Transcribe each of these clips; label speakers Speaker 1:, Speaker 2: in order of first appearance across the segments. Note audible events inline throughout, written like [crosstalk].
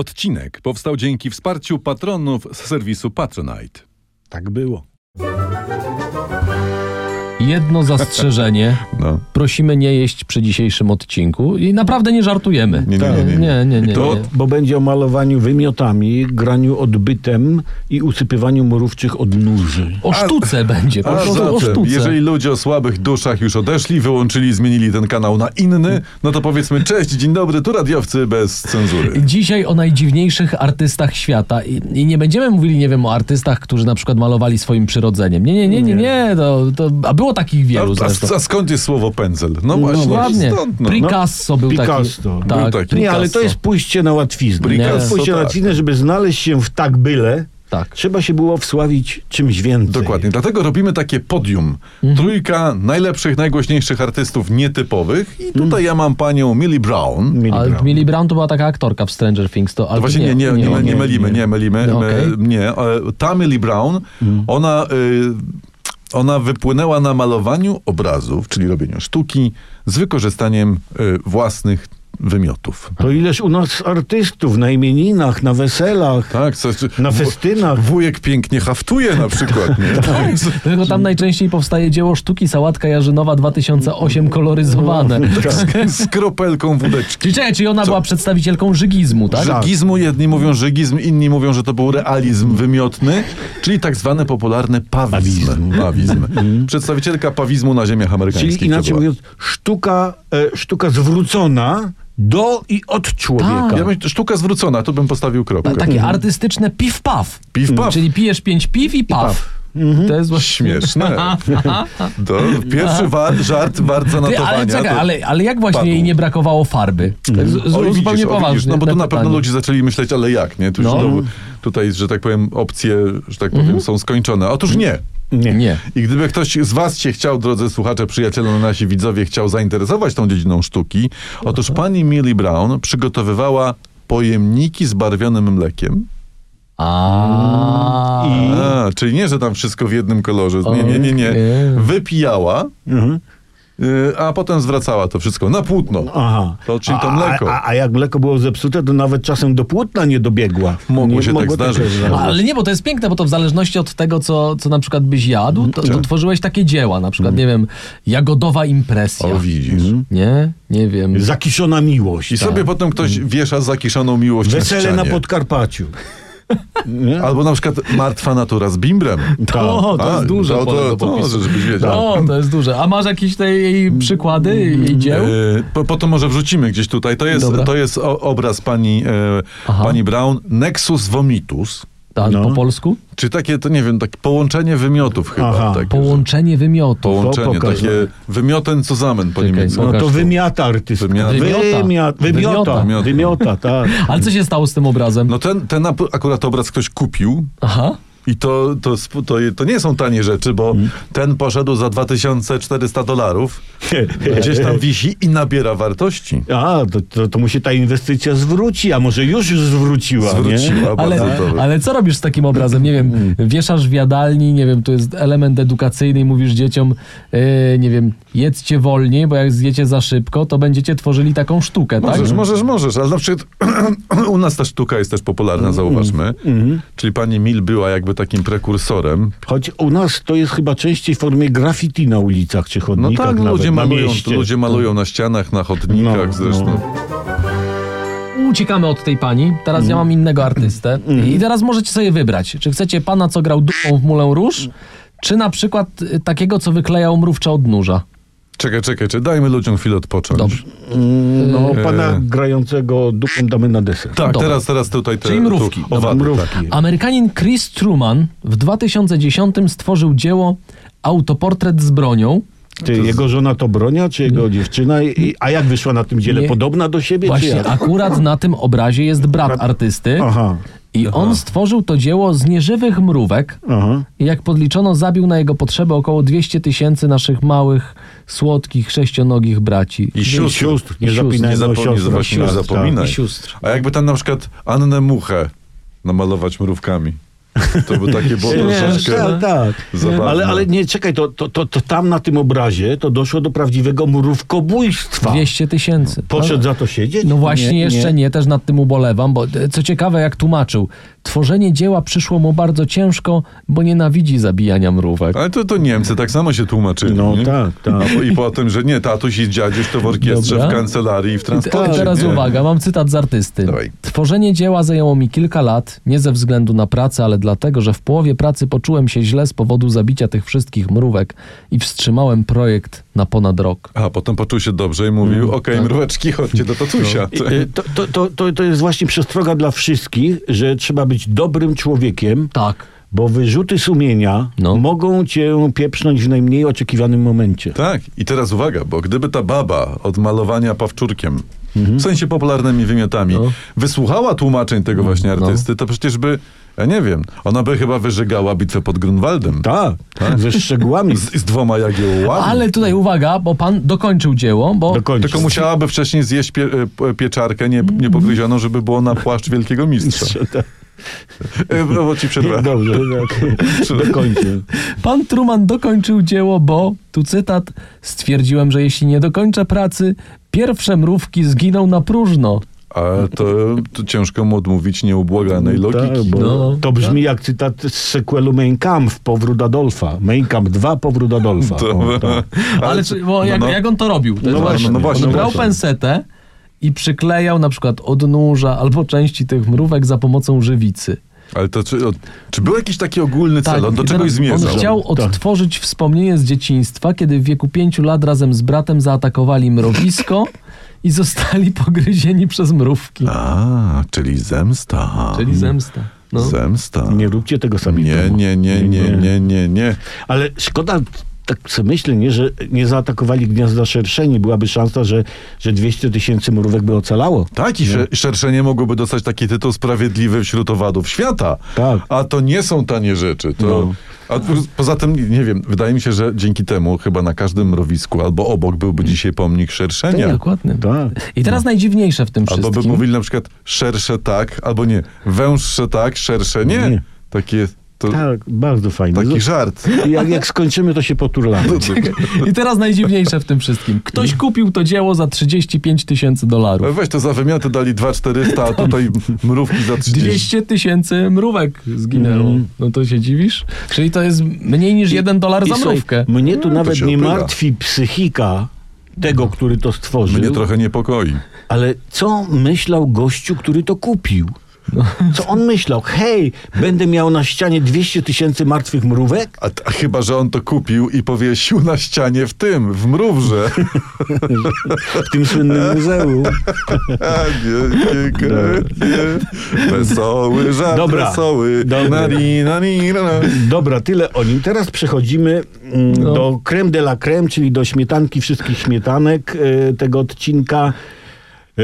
Speaker 1: Odcinek powstał dzięki wsparciu patronów z serwisu Patronite.
Speaker 2: Tak było.
Speaker 3: Jedno
Speaker 1: [laughs]
Speaker 3: zastrzeżenie.
Speaker 1: No.
Speaker 3: Prosimy nie jeść przy dzisiejszym odcinku i naprawdę nie żartujemy.
Speaker 1: Nie, nie, nie,
Speaker 2: Tak.
Speaker 1: nie, nie.
Speaker 3: nie, nie, nie,
Speaker 1: To-
Speaker 3: nie.
Speaker 2: Bo będzie o malowaniu wymiotami, graniu odbytem i usypywaniu mrówczych odnóży.
Speaker 3: O sztuce będzie, po
Speaker 1: A
Speaker 3: prostu o
Speaker 1: zatem,
Speaker 3: sztuce.
Speaker 1: jeżeli ludzie o słabych duszach już odeszli, wyłączyli, zmienili ten kanał na inny, no to powiedzmy cześć, dzień dobry, tu radiowcy bez cenzury.
Speaker 3: Dzisiaj o najdziwniejszych artystach świata I, i nie będziemy mówili, nie wiem, o artystach, którzy na przykład malowali swoim przyrodzeniem. Nie, nie, nie, nie, nie, to, to, a było takich
Speaker 1: A,
Speaker 3: wielu zresztą.
Speaker 1: a, a skąd jest słowo pędzel? No właśnie,
Speaker 3: Ładnie.
Speaker 1: stąd. No.
Speaker 3: Picasso był
Speaker 2: Picasso.
Speaker 1: Był
Speaker 3: taki. Tak,
Speaker 1: taki.
Speaker 2: Nie, ale to
Speaker 3: Picasso.
Speaker 2: jest pójście na łatwiznę.
Speaker 1: Picasso,
Speaker 2: To jest pójście na
Speaker 1: tak.
Speaker 2: łatwiznę, żeby znaleźć się w tak byle.
Speaker 3: Tak.
Speaker 2: Trzeba się było wsławić czymś więcej.
Speaker 1: Dokładnie, dlatego robimy takie podium. Trójka najlepszych, najgłośniejszych artystów nietypowych i tutaj ja mam panią Millie Brown.
Speaker 2: Millie
Speaker 3: Ale
Speaker 2: Brown.
Speaker 3: Millie Brown to była taka aktorka w Stranger Things. To, ale
Speaker 1: To
Speaker 3: to
Speaker 1: No właśnie nie, nie, nie, nie,
Speaker 3: nie.
Speaker 1: mylimy, nie mylimy.
Speaker 3: No,
Speaker 1: my-
Speaker 3: okej.
Speaker 1: Nie, e, ta Millie Brown, ona, y, ona wypłynęła na malowaniu obrazów, czyli robieniu sztuki z wykorzystaniem y, własnych wymiotów.
Speaker 2: To ileż u nas artystów na imieninach, na weselach,
Speaker 1: Tak, co, czy-
Speaker 2: na
Speaker 1: wu-
Speaker 2: festynach.
Speaker 1: Wujek pięknie haftuje na przykład. Nie?
Speaker 3: Tak.
Speaker 1: To jest- [laughs]
Speaker 3: Tylko tam najczęściej powstaje dzieło sztuki Sałatka Jarzynowa 2008 koloryzowane.
Speaker 1: Mm, Z kropelką wódeczki.
Speaker 3: Czyli czekaj, czyli ona była przedstawicielką żygizmu, tak?
Speaker 2: Ża-
Speaker 1: Żygizmu jedni mówią żygizm, inni mówią, że to był realizm wymiotny, czyli tak zwany popularny pawizm.
Speaker 2: Pawizm.
Speaker 1: pawizm. Przedstawicielka pawizmu na ziemiach amerykańskich.
Speaker 2: Czyli inaczej
Speaker 1: to była.
Speaker 2: mówiąc, sztuka, e, sztuka zwrócona do i od człowieka.
Speaker 3: Tak.
Speaker 1: ja myślę, sztuka zwrócona, tu bym postawił kropkę.
Speaker 3: Ta- Takie artystyczne
Speaker 1: Mhm.
Speaker 3: piw-paw. Mm,
Speaker 1: Piw-paw. Mhm.
Speaker 3: Czyli pijesz pięć piw i paw. To jest właśnie...
Speaker 1: No, Śmieszne. To pierwszy war, żart wart
Speaker 3: Ty,
Speaker 1: zanotowania.
Speaker 3: ale czekaj,
Speaker 1: to-
Speaker 3: ale, ale jak właśnie
Speaker 1: padł.
Speaker 3: jej nie brakowało farby? Tak z, z,
Speaker 1: Oj, widzisz,
Speaker 3: zupełnie
Speaker 1: o, widzisz,
Speaker 3: poważnie.
Speaker 1: No bo tu na
Speaker 3: pytanie.
Speaker 1: pewno ludzie zaczęli myśleć, ale jak, nie? Tu już
Speaker 3: No. Mhm.
Speaker 1: znowu, tutaj, że tak powiem, opcje, że tak powiem, są skończone. Otóż nie.
Speaker 2: Nie.
Speaker 3: Nie.
Speaker 1: I gdyby ktoś z was się chciał, drodzy słuchacze, przyjaciele, nasi widzowie, chciał zainteresować tą dziedziną sztuki, otóż pani Millie Brown przygotowywała pojemniki z barwionym mlekiem.
Speaker 3: A.
Speaker 1: Mm,
Speaker 2: I-
Speaker 1: A, czyli nie, że tam wszystko w jednym kolorze. Nie, nie, nie, nie.
Speaker 3: Okej.
Speaker 1: Wypijała,
Speaker 2: Mhm.
Speaker 1: y, a potem zwracała to wszystko na płótno.
Speaker 2: Aha.
Speaker 1: To, czyli to
Speaker 2: A-
Speaker 1: mleko.
Speaker 2: A, a, a jak mleko było zepsute, to nawet czasem do płótna nie dobiegła.
Speaker 1: Mogło
Speaker 2: nie,
Speaker 1: się tak zdarzyć.
Speaker 3: A, Ale nie, bo to jest piękne, bo to w zależności od tego, co, co na przykład byś jadł, to, to tworzyłeś takie dzieła, na przykład, nie wiem, jagodowa impresja.
Speaker 1: Mm. O, widzisz.
Speaker 2: Mhm.
Speaker 3: Nie? Nie wiem.
Speaker 2: Zakiszona miłość.
Speaker 1: I
Speaker 2: tak.
Speaker 1: sobie potem ktoś wiesza zakiszoną miłość
Speaker 2: Wesele
Speaker 1: na
Speaker 2: na
Speaker 1: ścianie.
Speaker 2: Podkarpaciu. [laughs] Nie?
Speaker 1: Albo na przykład martwa natura z bimbrem.
Speaker 3: O, No, to
Speaker 1: A,
Speaker 3: jest duże
Speaker 1: tak. No to,
Speaker 3: pole do
Speaker 1: to, to,
Speaker 3: popisu.
Speaker 1: żebyś wiedział.
Speaker 3: O, No, to jest duże. A masz jakieś te jej przykłady, jej dzieł?
Speaker 1: E, Po, potem może wrzucimy gdzieś tutaj. To jest,
Speaker 3: Dobra.
Speaker 1: to jest o, obraz pani, e,
Speaker 3: Aha.
Speaker 1: pani Brown. Nexus vomitus.
Speaker 3: Tak,
Speaker 2: no.
Speaker 3: po polsku?
Speaker 1: Czy takie, to nie wiem, takie połączenie wymiotów chyba.
Speaker 2: Aha.
Speaker 1: Takie,
Speaker 3: Połączenie wymiotów.
Speaker 1: połączenie,
Speaker 2: pokaż,
Speaker 1: takie wymiotę zusammen po
Speaker 3: Czekaj,
Speaker 1: niemiecku.
Speaker 2: No
Speaker 3: pokaż
Speaker 2: to
Speaker 3: tu.
Speaker 2: wymiata artystka.
Speaker 1: Wymiata.
Speaker 2: Wymia-
Speaker 3: Wymiota.
Speaker 2: Wymiota.
Speaker 1: Wymiota.
Speaker 2: Wymiota. tak.
Speaker 1: [laughs]
Speaker 3: Ale co się stało z tym obrazem?
Speaker 1: No ten, ten ap- akurat obraz ktoś kupił.
Speaker 3: Aha.
Speaker 1: I to, to, sp- to, je- to nie są tanie rzeczy, bo
Speaker 2: Hmm.
Speaker 1: ten poszedł za 2400 dolarów. Gdzieś tam wisi i nabiera wartości.
Speaker 2: A, to, to, to mu się ta inwestycja zwróci, a może już zwróciła, nie?
Speaker 1: Zwróciła bardzo Mm.
Speaker 3: Ale,
Speaker 1: dobrze.
Speaker 3: ale co robisz z takim obrazem? Nie wiem, wieszasz w jadalni, nie wiem, to jest element edukacyjny i mówisz dzieciom, yy, nie wiem, jedzcie wolniej, bo jak zjecie za szybko, to będziecie tworzyli taką sztukę, tak?
Speaker 1: Możesz,
Speaker 2: Hmm.
Speaker 1: możesz, możesz, ale na przykład [clears throat] u nas ta sztuka jest też
Speaker 2: Hmm.
Speaker 1: popularna, zauważmy. Czyli pani Mil była jakby takim prekursorem.
Speaker 2: Choć u nas to jest chyba częściej w formie graffiti na ulicach czy
Speaker 1: No
Speaker 2: chodnikach
Speaker 1: tak,
Speaker 2: nawet,
Speaker 1: ludzie
Speaker 2: na
Speaker 1: malują,
Speaker 2: mieście. Tak.
Speaker 1: ludzie malują na ścianach, na chodnikach
Speaker 2: No,
Speaker 1: zresztą.
Speaker 3: Uciekamy od tej pani, teraz ja mam innego artystę i teraz możecie sobie wybrać, czy chcecie pana, co grał dupą w Mulę Róż, czy na przykład y, takiego, co wyklejał mrówcza odnóża.
Speaker 1: Czekaj, czekaj, czy dajmy ludziom chwilę odpocząć.
Speaker 3: Dobrze.
Speaker 2: Mm, No, pana
Speaker 1: E.
Speaker 2: grającego dupą damy na deser.
Speaker 1: Tak,
Speaker 3: Dobra.
Speaker 1: teraz, teraz tutaj te...
Speaker 3: Czyli mrówki.
Speaker 1: Tu, owady,
Speaker 2: Mrówki.
Speaker 1: tak.
Speaker 3: Amerykanin Chris Truman w 2010 stworzył dzieło Autoportret z bronią,
Speaker 2: Ty, jego żona to bronia, czy jego dziewczyna? I, a jak wyszła na tym dziele?
Speaker 3: Nie.
Speaker 2: Podobna do siebie, czy
Speaker 3: Właśnie
Speaker 2: jak?
Speaker 3: akurat na tym obrazie jest brat artysty
Speaker 2: Aha,
Speaker 3: i on stworzył to dzieło z nieżywych mrówek.
Speaker 2: aha.
Speaker 3: I Jak podliczono, zabił na jego potrzeby około 200 tysięcy naszych małych, słodkich, sześcionogich braci.
Speaker 1: I sióstr.
Speaker 2: sióstr, nie
Speaker 3: I sióstr.
Speaker 2: zapinaj
Speaker 1: Nie
Speaker 2: o
Speaker 1: zapomnij,
Speaker 2: siostrach,
Speaker 1: właśnie nie
Speaker 2: tak,
Speaker 1: zapominaj.
Speaker 3: I sióstr.
Speaker 1: A jakby tam na przykład Annę Muchę namalować mrówkami. To by takie było
Speaker 2: [laughs] Nie,
Speaker 1: troszeczkę...
Speaker 2: tak, tak.
Speaker 1: zabawne.
Speaker 2: Ale, ale nie, czekaj, to, to, to, to tam na tym obrazie to doszło do prawdziwego mrówkobójstwa.
Speaker 3: 200 tysięcy.
Speaker 2: Poszedł za to siedzieć?
Speaker 3: No właśnie,
Speaker 2: Nie,
Speaker 3: jeszcze nie. też nad tym ubolewam, bo e, co ciekawe, jak tłumaczył, tworzenie dzieła przyszło mu bardzo ciężko, bo nienawidzi zabijania mrówek.
Speaker 1: Ale to, to Niemcy tak samo się tłumaczyli.
Speaker 2: No
Speaker 1: nie?
Speaker 2: tak, tak.
Speaker 1: A po- I potem, że nie, tatuś i dziadziuś to w orkiestrze,
Speaker 3: Dobra.
Speaker 1: w kancelarii i w
Speaker 3: I te-
Speaker 1: transporcie.
Speaker 3: teraz
Speaker 1: tak, nie?
Speaker 3: uwaga, mam cytat z artysty.
Speaker 1: Dawaj.
Speaker 3: Tworzenie dzieła zajęło mi kilka lat, nie ze względu na pracę, ale dlatego, że w połowie pracy poczułem się źle z powodu zabicia tych wszystkich mrówek i wstrzymałem projekt na ponad rok.
Speaker 1: A potem poczuł się dobrze i mówił, okej, mróweczki, chodźcie do tatusia.
Speaker 2: No, tak. I, y, To, to, to, to, to jest właśnie przestroga dla wszystkich, że trzeba być dobrym człowiekiem,
Speaker 3: Tak.
Speaker 2: bo wyrzuty sumienia
Speaker 3: No.
Speaker 2: mogą cię pieprznąć w najmniej oczekiwanym momencie.
Speaker 1: Tak, i teraz uwaga, bo gdyby ta baba od malowania pawczurkiem, w sensie popularnymi wymiotami,
Speaker 3: No.
Speaker 1: wysłuchała tłumaczeń tego właśnie
Speaker 3: no.
Speaker 1: artysty, to przecież by, ja nie wiem, ona by chyba wyżygała bitwę pod Grunwaldem.
Speaker 2: Tak, ze szczegółami.
Speaker 1: Z, z dwoma jagiełłami.
Speaker 3: Ale tutaj uwaga, bo pan dokończył dzieło, bo
Speaker 2: Dokończę.
Speaker 1: Tylko musiałaby wcześniej zjeść pie, e, p- pieczarkę nie, niepogryzioną, żeby było na płaszcz wielkiego mistrza.
Speaker 3: tak.
Speaker 1: E, Brawo ci przerwę.
Speaker 2: [laughs] Dobrze,
Speaker 1: [laughs]
Speaker 2: tak.
Speaker 3: no.
Speaker 2: Dokończę.
Speaker 3: Pan Truman dokończył dzieło, bo, tu cytat, stwierdziłem, że jeśli nie dokończę pracy, pierwsze mrówki zginą na próżno.
Speaker 1: A to, to ciężko mu odmówić nieubłaganej
Speaker 2: Tak,
Speaker 1: logiki.
Speaker 2: bo
Speaker 3: No,
Speaker 2: to brzmi jak cytat z sequelu Mein Kampf, Powrót Adolfa. Mein Kampf 2, Powrót Adolfa. O,
Speaker 1: [laughs]
Speaker 2: tak.
Speaker 3: Ale czy, bo jak,
Speaker 1: no, no.
Speaker 3: jak on to robił? To jest
Speaker 1: no
Speaker 3: ważne.
Speaker 1: właśnie, no właśnie,
Speaker 3: On brał
Speaker 1: właśnie.
Speaker 3: pensetę i przyklejał na przykład odnóża albo części tych mrówek za pomocą żywicy.
Speaker 1: Ale to czy, o- czy był jakiś taki ogólny cel? on do Tak.
Speaker 3: i teraz
Speaker 1: czegoś zmierzał?
Speaker 3: Tak, On chciał odtworzyć wspomnienie z dzieciństwa, kiedy w wieku pięciu lat razem z bratem zaatakowali mrowisko i zostali [laughs] pogryzieni przez mrówki.
Speaker 1: A, czyli zemsta.
Speaker 3: Czyli zemsta. No.
Speaker 1: Zemsta.
Speaker 2: Nie róbcie tego sami.
Speaker 1: nie,
Speaker 2: w domu.
Speaker 1: nie, nie, nie, nie, nie, nie.
Speaker 2: Ale szkoda, tak sobie myślę, nie, że nie zaatakowali gniazda szerszeni. Byłaby szansa, że, że 200 tysięcy mrówek by ocalało.
Speaker 1: Tak, i sze- szerszenie mogłoby dostać taki tytuł sprawiedliwy wśród owadów świata.
Speaker 2: Tak.
Speaker 1: A to nie są tanie rzeczy. To,
Speaker 2: No.
Speaker 1: a, po- poza tym, nie wiem, wydaje mi się, że dzięki temu chyba na każdym mrowisku albo obok byłby dzisiaj pomnik szerszenia.
Speaker 3: Tak, dokładnie.
Speaker 2: Tak.
Speaker 3: I teraz najdziwniejsze w tym
Speaker 1: Albo
Speaker 3: wszystkim.
Speaker 1: by mówili na przykład szersze tak, albo nie, węższe tak, szersze nie.
Speaker 2: Nie.
Speaker 1: Takie, to,
Speaker 2: Tak, bardzo fajnie.
Speaker 1: Taki żart.
Speaker 2: Jak, jak skończymy, to się
Speaker 1: [laughs]
Speaker 2: poturlamy.
Speaker 3: [laughs] I teraz najdziwniejsze w tym wszystkim. Ktoś kupił to dzieło za 35 tysięcy dolarów.
Speaker 1: No Weź to za wymioty dali 2400, a
Speaker 2: [laughs]
Speaker 1: tutaj mrówki za 30.
Speaker 3: 200 tysięcy mrówek zginęło. No to się dziwisz? Czyli to jest mniej niż 1 dolar za
Speaker 2: Mm. I słuchaj,
Speaker 3: mrówkę.
Speaker 2: Mnie tu
Speaker 1: Mm, to
Speaker 2: nawet
Speaker 1: się
Speaker 2: nie
Speaker 1: opyla.
Speaker 2: martwi psychika tego, który to stworzył.
Speaker 1: Mnie trochę niepokoi.
Speaker 2: Ale co myślał gościu, który to kupił? Co on myślał? Hej, będę miał na ścianie 200 tysięcy martwych mrówek?
Speaker 1: A, t- a chyba, że on to kupił i powiesił na ścianie w tym, w
Speaker 2: [laughs]
Speaker 1: mrówże.
Speaker 2: W tym słynnym muzeum.
Speaker 1: A, nie, nie, nie. Wesoły żart,
Speaker 2: Dobra.
Speaker 1: wesoły.
Speaker 2: Dobry.
Speaker 1: Na, ni, na, ni, na, na.
Speaker 2: Dobra, tyle o nim. Teraz przechodzimy mm,
Speaker 3: No.
Speaker 2: do creme de la creme, czyli do śmietanki wszystkich śmietanek e, tego odcinka. E,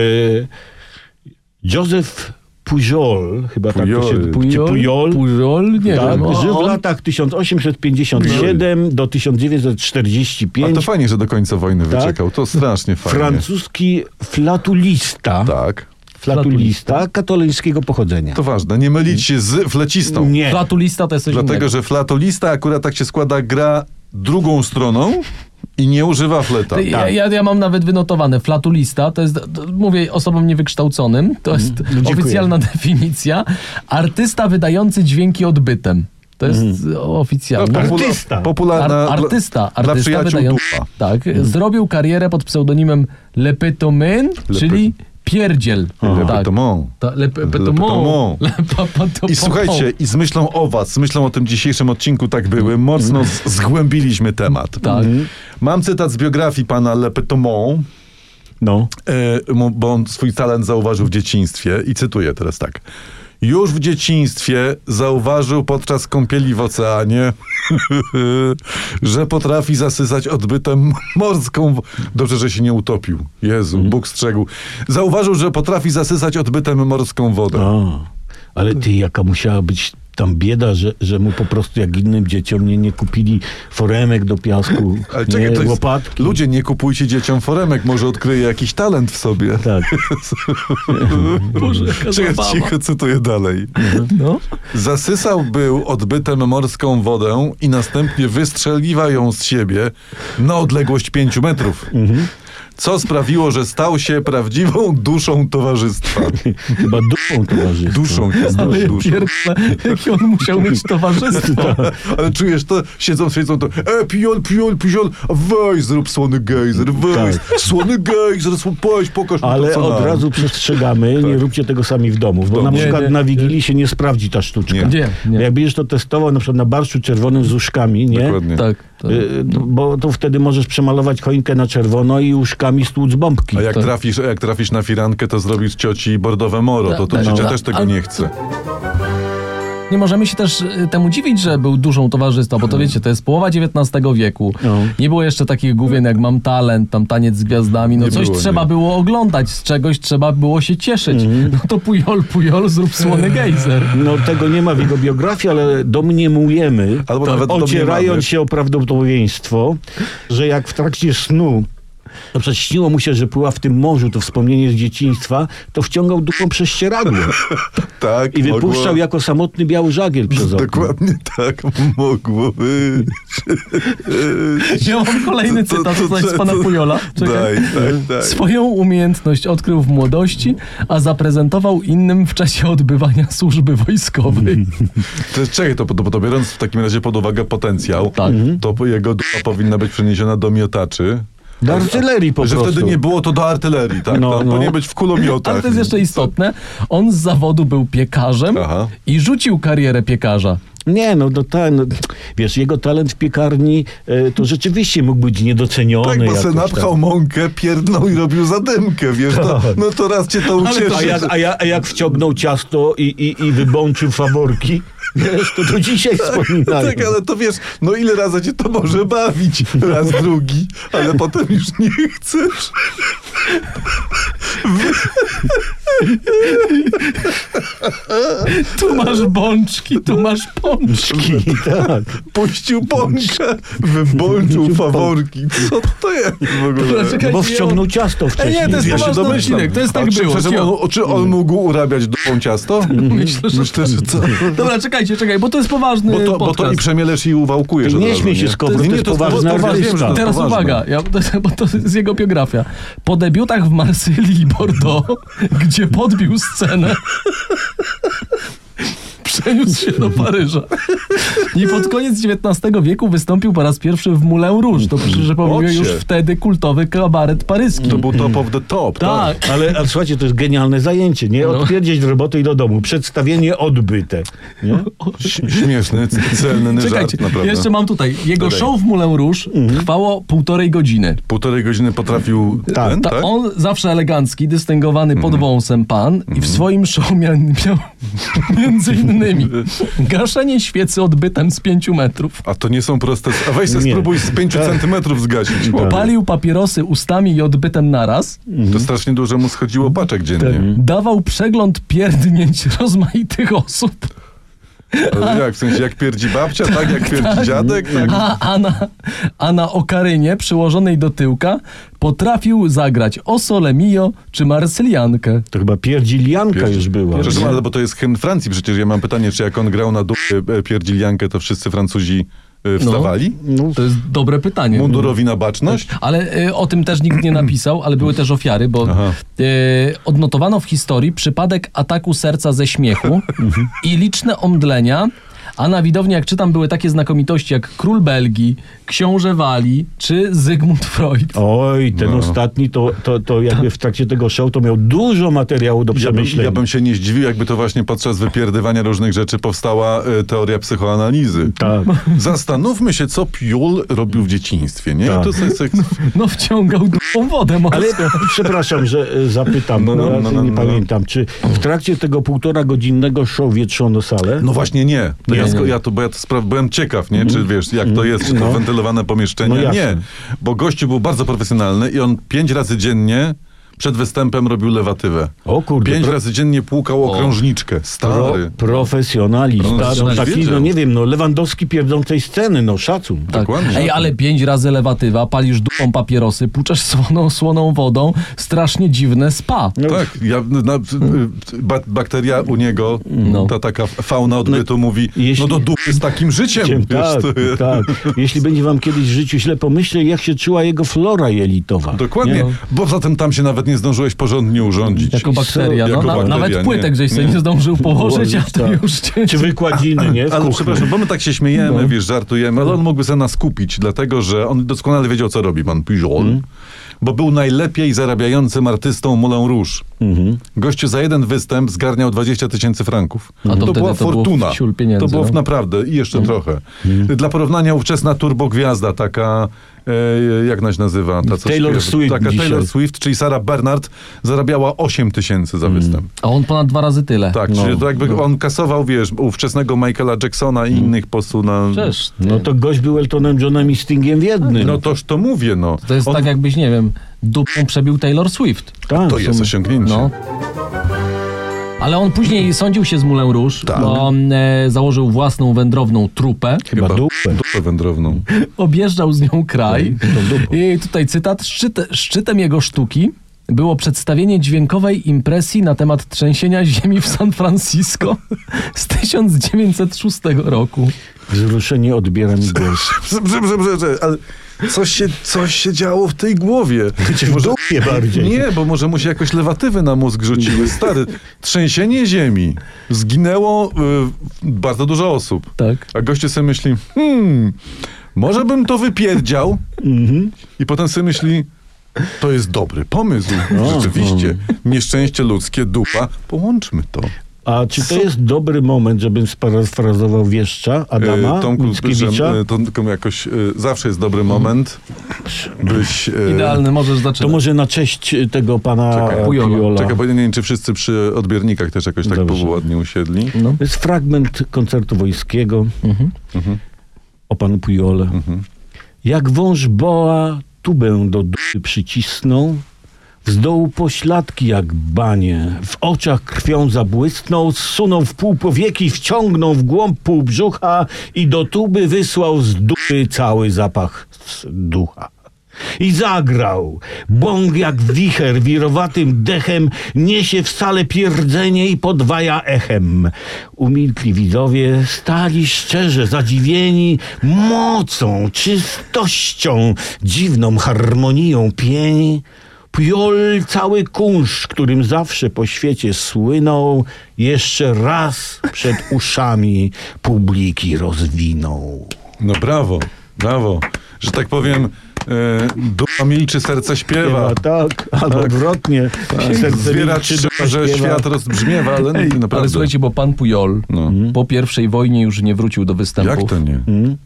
Speaker 2: Józef Pujol, chyba tak to się...
Speaker 1: Pujol.
Speaker 2: Czy Pujol?
Speaker 3: Pujol? No. Nie
Speaker 2: tak,
Speaker 3: wiem. O,
Speaker 2: żył w
Speaker 3: on-
Speaker 2: latach 1857 do
Speaker 1: A
Speaker 2: 1945.
Speaker 1: to fajnie, że do końca wojny
Speaker 2: Tak.
Speaker 1: wyczekał. To strasznie fajnie.
Speaker 2: Francuski flatulista.
Speaker 1: Tak.
Speaker 2: Flatulista katolickiego pochodzenia.
Speaker 1: To ważne. Nie mylić się z flecistą.
Speaker 2: Nie.
Speaker 3: Flatulista to jest coś
Speaker 1: Dlatego,
Speaker 3: innego.
Speaker 1: że flatolista akurat tak się składa, gra drugą stroną i nie używa fleta.
Speaker 2: Tak.
Speaker 3: Ja, ja, ja mam nawet wynotowane. Flatulista to jest, to, mówię osobom niewykształconym, to jest
Speaker 2: Mm. dziękuję.
Speaker 3: oficjalna [laughs] definicja. Artysta wydający dźwięki odbytem. To jest
Speaker 2: Mm.
Speaker 3: e,
Speaker 2: No
Speaker 3: oficjalna.
Speaker 2: tak,
Speaker 1: Popula-
Speaker 2: Artysta.
Speaker 1: Popularna
Speaker 3: Ar-
Speaker 1: dla-
Speaker 3: artysta, artysta
Speaker 1: dla przyjaciół
Speaker 3: wydają-
Speaker 1: dupa.
Speaker 3: Tak, zrobił karierę pod pseudonimem Lepetomyn, czyli pierdziel. Tak.
Speaker 1: Lepetomon.
Speaker 3: Ta- Lepe-
Speaker 1: Lepetomon.
Speaker 3: Petomon. [laughs] Lepa-
Speaker 1: I słuchajcie, i z myślą o was, z myślą o tym dzisiejszym odcinku tak były, mocno z- zgłębiliśmy temat.
Speaker 3: Mm. Tak. Mhm.
Speaker 1: Mam cytat z biografii pana Lepetomon,
Speaker 2: No.
Speaker 1: e, mu- bo on swój talent zauważył w dzieciństwie i cytuję teraz tak. Już w dzieciństwie zauważył podczas kąpieli w oceanie, [laughs] że potrafi zasysać odbytem morską. wo- Dobrze, że się nie utopił. Jezu,
Speaker 2: Mhm.
Speaker 1: Bóg strzegł.
Speaker 2: No.
Speaker 1: Zauważył, że potrafi zasysać odbytem morską wodę.
Speaker 2: A, ale ty, jaka musiała być tam bieda, że, że mu po prostu jak innym dzieciom nie, nie kupili foremek do piasku,
Speaker 1: Ale
Speaker 2: nie,
Speaker 1: czekaj, to jest...
Speaker 2: łopatki.
Speaker 1: Ludzie, nie kupujcie dzieciom foremek, może odkryje jakiś talent w sobie.
Speaker 2: Tak.
Speaker 1: [laughs]
Speaker 3: Boże,
Speaker 1: Czekaj, cicho cytuję dalej.
Speaker 2: Mhm.
Speaker 3: No.
Speaker 1: Zasysał był odbytem morską wodę i następnie wystrzeliwa ją z siebie na odległość pięciu metrów.
Speaker 2: Mhm.
Speaker 1: Co sprawiło, że stał się prawdziwą duszą
Speaker 2: [laughs]
Speaker 1: towarzystwa.
Speaker 2: Chyba dupą towarzystwa.
Speaker 1: Duszą się z
Speaker 3: Ale
Speaker 1: duszą.
Speaker 3: pierdolę, jakie on musiał mieć
Speaker 1: [laughs]
Speaker 3: towarzystwo.
Speaker 1: Ale czujesz to, siedzą, siedzą to, e, pijol, pijol, pijol, a weź zrób słony gejzer, weź, słony gejzer, słon, weź, pokaż mi to,
Speaker 2: Tak. Ale
Speaker 1: co
Speaker 2: od
Speaker 1: nam.
Speaker 2: razu przestrzegamy, nie róbcie tego sami w domu, bo
Speaker 1: domu.
Speaker 2: na
Speaker 1: Nie,
Speaker 2: przykład
Speaker 3: nie,
Speaker 2: na Wigilii się nie sprawdzi ta sztuczka.
Speaker 1: Nie.
Speaker 3: Nie, nie.
Speaker 2: Jak będziesz to testował na przykład na barszczu czerwonym z uszkami, nie?
Speaker 1: Dokładnie.
Speaker 3: Tak, tak.
Speaker 2: Y, no, Bo to wtedy możesz przemalować choinkę na czerwono i uszkami stłuc bombki.
Speaker 1: A jak, trafisz, a jak trafisz na firankę, to zrobisz cioci bordowe moro, to, to
Speaker 3: Tak,
Speaker 1: ciocia
Speaker 2: No.
Speaker 3: tak.
Speaker 1: też tego
Speaker 3: Ale-
Speaker 1: nie chce.
Speaker 3: Nie możemy się też y, temu dziwić, że był dużą towarzystwa, bo to wiecie, to jest połowa XIX wieku.
Speaker 2: No.
Speaker 3: Nie było jeszcze takich główien jak Mam Talent, tam Taniec z Gwiazdami. No
Speaker 1: Nie
Speaker 3: coś
Speaker 1: było,
Speaker 3: trzeba
Speaker 1: nie. Mhm.
Speaker 3: było oglądać, z czegoś trzeba było się cieszyć. No to pujol, pujol, zrób słony gejzer.
Speaker 2: No tego nie ma w jego biografii, ale domniemujemy,
Speaker 1: Albo nawet domniemamy.
Speaker 2: ocierając się o prawdopodobieństwo, że jak w trakcie snu na przykład śniło mu się, że pływa w tym morzu, to wspomnienie z dzieciństwa, to wciągał dupą przez ścieradło
Speaker 1: Tak,
Speaker 2: i
Speaker 1: mogło-
Speaker 2: wypuszczał jako samotny biały żagiel przez okno.
Speaker 1: Dokładnie tak mogło być.
Speaker 3: Ja
Speaker 1: [laughs]
Speaker 3: mam kolejny
Speaker 1: To- to-
Speaker 3: cytat
Speaker 1: to-
Speaker 3: tutaj
Speaker 1: to-
Speaker 3: z pana
Speaker 1: to-
Speaker 3: Pujola. Czekaj.
Speaker 1: Daj, tak, tak.
Speaker 3: Swoją umiejętność odkrył w młodości, a zaprezentował innym w czasie odbywania służby wojskowej.
Speaker 1: Mhm. To jest- Czekaj, to, to, to biorąc w takim razie pod uwagę potencjał,
Speaker 3: Tak.
Speaker 2: Mhm.
Speaker 1: to po- jego dupa powinna być przeniesiona do miotaczy.
Speaker 2: Do artylerii po
Speaker 1: Że
Speaker 2: prostu.
Speaker 1: wtedy nie było to do artylerii, tak?
Speaker 2: No,
Speaker 1: No,
Speaker 2: no.
Speaker 1: Powinien być w kulomiotach.
Speaker 3: [laughs] Ale to jest jeszcze istotne. On z zawodu był piekarzem
Speaker 1: Aha.
Speaker 3: i rzucił karierę piekarza.
Speaker 2: Nie, no to ten, no, wiesz, jego talent w piekarni e, to rzeczywiście mógł być niedoceniony.
Speaker 1: Tak, bo
Speaker 2: jakoś
Speaker 1: se
Speaker 2: tam.
Speaker 1: napchał mąkę, pierdnął i robił zadymkę, wiesz, to, no to raz cię to
Speaker 2: Ale
Speaker 1: ucieszy.
Speaker 2: to, a, jak, a, ja- a jak wciągnął ciasto i, i, i wybączył faworki, wiesz, to do dzisiaj wspominają.
Speaker 1: Tak, ale to wiesz, no ile razy cię to może bawić? Raz, drugi, ale potem już nie chcesz.
Speaker 3: Tu masz bączki, tu masz pączki.
Speaker 2: Ki-
Speaker 1: [laughs]
Speaker 2: tak.
Speaker 1: Puścił pączkę, wybączył faworki. Co to jest w ogóle?
Speaker 3: Czekaj,
Speaker 2: Bo
Speaker 3: nie,
Speaker 2: wciągnął ciasto
Speaker 3: Ej,
Speaker 2: wcześniej.
Speaker 3: nie, to jest
Speaker 1: Ja się
Speaker 3: poważny
Speaker 1: domyślam.
Speaker 3: odcinek, to jest
Speaker 1: A
Speaker 3: tak
Speaker 1: czy,
Speaker 3: było.
Speaker 1: przepraszam,
Speaker 3: Cio.
Speaker 1: on, czy on mógł urabiać dupą ciasto?
Speaker 3: [laughs] Myślę, że
Speaker 1: Myślę, że to...
Speaker 3: Dobra, czekajcie, czekaj, bo to jest poważny
Speaker 1: Bo to, bo to
Speaker 3: podcast.
Speaker 1: i przemielesz i uwałkujesz.
Speaker 2: Ty nie
Speaker 1: od razu,
Speaker 2: śmiej się z kobry,
Speaker 1: Nie,
Speaker 2: to
Speaker 1: nie,
Speaker 2: jest poważny
Speaker 1: to, to,
Speaker 2: artysta.
Speaker 1: wiem, że to
Speaker 2: No,
Speaker 3: Teraz
Speaker 1: poważne.
Speaker 3: uwaga, ja, bo to jest jego biografia. Po debiutach w Marsylii i Bordeaux, gdzie podbił scenę, [laughs] przeniósł się do Paryża. I pod koniec XIX wieku wystąpił po raz pierwszy w Moulin Rouge. To przy- że pomówił
Speaker 1: Ocie.
Speaker 3: już wtedy kultowy kabaret paryski.
Speaker 1: To był top of the top, tak?
Speaker 3: Tak.
Speaker 2: Ale a, słuchajcie, to jest genialne zajęcie, nie?
Speaker 1: No.
Speaker 2: Odpierdzieć do roboty i do domu. Przedstawienie odbyte. Nie?
Speaker 1: Ś- Śmieszny, c- celny
Speaker 3: Czekajcie,
Speaker 1: żart, naprawdę.
Speaker 3: jeszcze mam tutaj. Jego
Speaker 1: Dodaj. Mhm.
Speaker 3: show w Moulin Rouge trwało półtorej godziny.
Speaker 1: Półtorej godziny potrafił
Speaker 2: Tak,
Speaker 1: ten,
Speaker 3: Ta,
Speaker 1: tak? Mhm.
Speaker 3: On zawsze elegancki, dystyngowany pod wąsem pan i w swoim show miał, miał [laughs] między innymi gaszenie świecy odbytem z pięciu metrów.
Speaker 1: A to nie są proste... A weź se
Speaker 2: Nie. Tak.
Speaker 1: spróbuj z 5 centymetrów zgasić. chłopie.
Speaker 3: Palił papierosy ustami i odbytem naraz.
Speaker 1: To strasznie dużo mu schodziło paczek dziennie.
Speaker 3: Dawał przegląd pierdnięć [laughs] rozmaitych osób.
Speaker 2: Tak.
Speaker 1: Ale Jak, w sensie jak pierdzi babcia, tak? Jak pierdzi dziadek, tak?
Speaker 2: Mhm.
Speaker 3: A, a, na, a na okarynie przyłożonej do tyłka potrafił zagrać O Sole Mio czy Marsyliankę.
Speaker 2: To chyba pierdzilianka już była.
Speaker 1: Przepraszam,
Speaker 2: nie?
Speaker 1: ale bo to jest hymn Francji. Przecież ja mam pytanie, czy jak on grał na dupę e, pierdziliankę, to wszyscy Francuzi e, wstawali?
Speaker 2: No,
Speaker 3: To jest dobre pytanie.
Speaker 1: Mundurowi na baczność?
Speaker 2: Tak.
Speaker 3: Ale y, o tym
Speaker 1: [clears throat]
Speaker 3: też nikt nie napisał, ale były też ofiary, bo y, odnotowano w historii przypadek ataku serca ze
Speaker 1: [laughs]
Speaker 3: śmiechu
Speaker 1: Mhm.
Speaker 3: i liczne omdlenia. A na widowni, jak czytam, były takie znakomitości jak król Belgii, książę Walii czy Zygmunt Freud.
Speaker 2: Oj, ten
Speaker 1: No.
Speaker 2: ostatni to, to, to jakby w trakcie tego show to miał dużo materiału do
Speaker 1: Ja bym,
Speaker 2: przemyślenia.
Speaker 1: ja bym się nie zdziwił, jakby to właśnie podczas wypierdywania różnych rzeczy powstała e, teoria psychoanalizy.
Speaker 2: Tak.
Speaker 1: Zastanówmy się, co Piul robił w dzieciństwie, nie?
Speaker 2: Tak.
Speaker 1: To jest seks...
Speaker 3: No wciągał długą wodę morską.
Speaker 2: Ale przepraszam, że e, zapytam,
Speaker 1: No,
Speaker 2: no,
Speaker 1: no, no, no,
Speaker 2: nie
Speaker 1: no.
Speaker 2: pamiętam, czy w trakcie tego półtora godzinnego show wietrzono salę?
Speaker 1: No właśnie nie. To
Speaker 2: Nie,
Speaker 1: ja, sko-
Speaker 3: nie.
Speaker 1: ja to bo ja to spraw- byłem ciekaw, nie? Czy wiesz, jak to jest, czy to
Speaker 2: No.
Speaker 1: wentylowane pomieszczenia.
Speaker 2: No jasne.
Speaker 1: nie, bo gościu był bardzo profesjonalny i on pięć razy dziennie Przed występem robił lewatywę.
Speaker 2: O kurde,
Speaker 1: Pięć
Speaker 2: pro-
Speaker 1: razy dziennie płukał okrążniczkę.
Speaker 2: Pro,
Speaker 1: Stary.
Speaker 2: profesjonalista, no
Speaker 1: Profesjonalista.
Speaker 2: taki, no nie wiem, no Lewandowski pierdzącej sceny, no szacun.
Speaker 3: Tak.
Speaker 1: Dokładnie.
Speaker 3: Ej, ale pięć razy lewatywa, palisz dupą papierosy, puczasz słoną, słoną wodą, strasznie dziwne spa.
Speaker 2: No,
Speaker 1: Tak, ja, na, ba, bakteria u niego,
Speaker 3: No.
Speaker 1: ta taka fauna odbytu mówi,
Speaker 2: jeśli-
Speaker 1: no do dupy z takim życiem.
Speaker 2: [laughs] Ciem,
Speaker 1: wiesz,
Speaker 2: tak,
Speaker 1: to-
Speaker 2: tak. Jeśli będzie wam kiedyś w życiu źle pomyśleć, jak się czuła jego flora jelitowa.
Speaker 1: Dokładnie,
Speaker 3: Nie, no.
Speaker 1: bo zatem tam się nawet nie zdążyłeś porządnie urządzić.
Speaker 3: Jako bakteria.
Speaker 1: Jako
Speaker 3: no, na,
Speaker 1: bakteria,
Speaker 3: nawet
Speaker 1: nie.
Speaker 3: płytek, żeś sobie
Speaker 1: Nie.
Speaker 3: nie zdążył położyć, a
Speaker 2: Położyć,
Speaker 3: to
Speaker 2: tak.
Speaker 3: już cię...
Speaker 2: Czy wykładziny, nie? W
Speaker 1: Ale
Speaker 2: kuchni.
Speaker 1: przepraszam, bo my tak się śmiejemy,
Speaker 3: No.
Speaker 1: wiesz, żartujemy, ale on mógłby se nas kupić, dlatego że on doskonale wiedział, co robi pan Pujol,
Speaker 3: Mhm.
Speaker 1: bo był najlepiej zarabiającym artystą Moulin Rouge.
Speaker 3: Mhm.
Speaker 1: Gościu za jeden występ zgarniał 20 tysięcy franków.
Speaker 3: A
Speaker 1: to,
Speaker 3: to wtedy
Speaker 1: była
Speaker 3: to było
Speaker 1: fortuna.
Speaker 3: wsiul pieniędzy,
Speaker 1: to było
Speaker 3: no. Mhm.
Speaker 1: naprawdę i jeszcze trochę. Dla porównania ówczesna turbogwiazda, taka e, jak ona się nazywa? Ta, co
Speaker 2: Taylor
Speaker 1: śpiewa-
Speaker 2: Swift
Speaker 1: Taka
Speaker 2: dzisiaj.
Speaker 1: Taylor Swift, czyli Sara Bernard, zarabiała 8 tysięcy
Speaker 3: Mhm.
Speaker 1: za występ.
Speaker 3: A on ponad dwa razy tyle.
Speaker 1: Tak, czyli to jakby on kasował, wiesz, ówczesnego Michaela Jacksona i innych posłów na...
Speaker 3: Przecież ty,
Speaker 2: No to gość był Eltonem Johnem i Stingiem w jednym.
Speaker 1: No toż to mówię, no.
Speaker 3: to jest
Speaker 1: On-
Speaker 3: tak jakbyś, nie wiem, dupą przebił Taylor Swift.
Speaker 2: Tak,
Speaker 1: To jest
Speaker 2: są-
Speaker 1: osiągnięcie.
Speaker 3: No. Ale on później sądził się z Moulin Rouge, bo e, założył własną wędrowną trupę.
Speaker 2: Chyba dupę.
Speaker 1: Dupę wędrowną.
Speaker 3: objeżdżał z nią kraj.
Speaker 2: To dupa.
Speaker 3: I tutaj cytat. Szczyt, szczytem jego sztuki było przedstawienie dźwiękowej impresji na temat trzęsienia ziemi w San Francisco [laughs] z 1906 roku.
Speaker 2: Wzruszenie odbiera mi głos.
Speaker 1: Brze, brze, brze, brze, brze, ale coś się, coś się działo w tej głowie.
Speaker 2: Chociaż w dupie bardziej.
Speaker 1: Nie, bo może mu się jakoś lewatywy na mózg rzuciły. Stary, trzęsienie ziemi. Zginęło y, bardzo dużo osób.
Speaker 3: Tak.
Speaker 1: A goście sobie myśli, hmm, może bym to wypierdział.
Speaker 2: Mhm.
Speaker 1: I potem sobie myśli, to jest dobry pomysł. Rzeczywiście. Nieszczęście ludzkie, dupa. Połączmy to.
Speaker 2: A czy to jest dobry moment, żebym sparafrazował wieszcza Adama
Speaker 1: E, Tomku,
Speaker 2: Mickiewicza?
Speaker 1: że, e, Tomku, jakoś e, zawsze jest dobry moment, byś... e,
Speaker 3: Idealny, możesz zaczynać.
Speaker 2: To może na cześć tego pana
Speaker 1: Czekaj,
Speaker 2: Pujola.
Speaker 1: Czekaj, bo nie wiem, czy wszyscy przy odbiornikach też jakoś tak
Speaker 2: Dobrze.
Speaker 1: poładnie usiedli.
Speaker 2: To jest fragment koncertu wojskiego o panu Pujole. Jak wąż boa tubę do dupy przycisnął, z dołu pośladki jak banie, w oczach krwią zabłysnął, zsunął w pół powieki, wciągnął w głąb pół brzucha i do tuby wysłał z dupy cały zapach z ducha. I zagrał. Bąk jak wicher wirowatym dechem niesie w salę pierdzenie i podwaja echem. Umilkli widzowie, stali szczerze zadziwieni mocą, czystością, dziwną harmonią pieni. Pjol cały kunsz, którym zawsze po świecie słynął, jeszcze raz przed uszami publiki rozwinął.
Speaker 1: No brawo, brawo. Że tak powiem, e, dupa milczy, serce śpiewa.
Speaker 2: Śpiewa tak, albo odwrotnie. Serce
Speaker 1: Zwiera
Speaker 2: milczy,
Speaker 1: trzy,
Speaker 2: dupa
Speaker 1: że
Speaker 2: śpiewa.
Speaker 1: Tak. świat rozbrzmiewa, ale no, naprawdę.
Speaker 3: Ale słuchajcie, bo pan Pujol
Speaker 1: No.
Speaker 3: po pierwszej wojnie już nie wrócił do występów.
Speaker 1: jak to nie?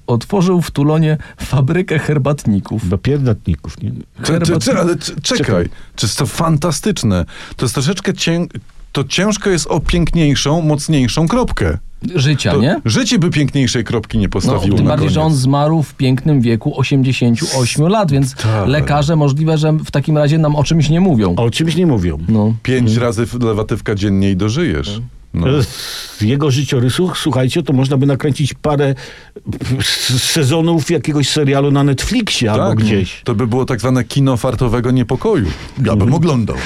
Speaker 3: Otworzył w Tulonie fabrykę herbatników.
Speaker 2: Do pierdatników, nie?
Speaker 1: Czy, czy, czy,
Speaker 3: Herbatników.
Speaker 1: ale czy, czekaj, czy jest to fantastyczne. To jest troszeczkę cię, to ciężko jest o piękniejszą, mocniejszą kropkę.
Speaker 3: Życia,
Speaker 1: To
Speaker 3: nie?
Speaker 1: Życie by piękniejszej kropki nie
Speaker 3: No,
Speaker 1: postawiło
Speaker 3: tym
Speaker 1: na
Speaker 3: bardziej,
Speaker 1: koniec.
Speaker 3: że on zmarł w pięknym wieku 88 lat, więc
Speaker 1: Tak.
Speaker 3: lekarze możliwe, że w takim razie nam o czymś nie mówią.
Speaker 2: O czymś nie mówią.
Speaker 3: No.
Speaker 1: Pięć razy w- lewatywka dziennie i dożyjesz. No.
Speaker 2: Z jego życiorysu, słuchajcie, to można by nakręcić parę p- s- sezonów jakiegoś serialu na Netflixie albo gdzieś.
Speaker 1: tak. To by było tak zwane kino fartowego niepokoju. Ja bym oglądał.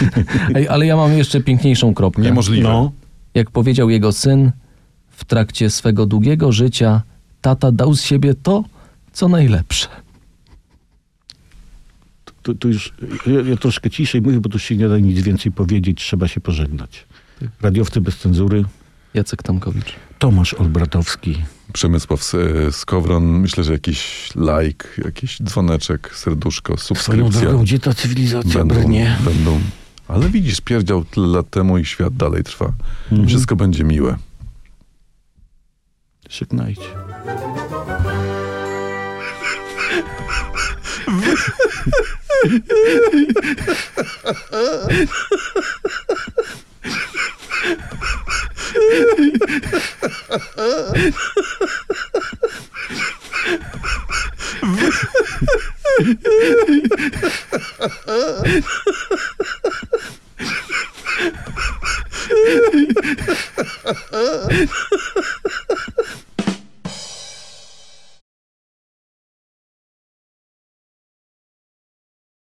Speaker 3: Ej, ale ja mam jeszcze piękniejszą kropkę.
Speaker 1: Niemożliwe.
Speaker 2: No,
Speaker 3: Jak powiedział jego syn, w trakcie swego długiego życia tata dał z siebie to, co najlepsze.
Speaker 2: tu, tu już ja, ja troszkę ciszej mówię, bo tu się nie da nic więcej powiedzieć, trzeba się pożegnać. Radiowcy bez cenzury,
Speaker 3: Jacek Tomkowicz.
Speaker 2: Tomasz Olbratowski.
Speaker 1: Przemysław S- e, Skowron, myślę, że jakiś like, jakiś dzwoneczek, serduszko,
Speaker 2: Swoją
Speaker 1: subskrypcja.
Speaker 2: drogą, gdzie ta cywilizacja
Speaker 1: Będą,
Speaker 2: brnie?
Speaker 1: będą. Ale widzisz, pierdział tyle lat temu i świat dalej trwa. Wszystko będzie miłe.
Speaker 2: Żegnajcie.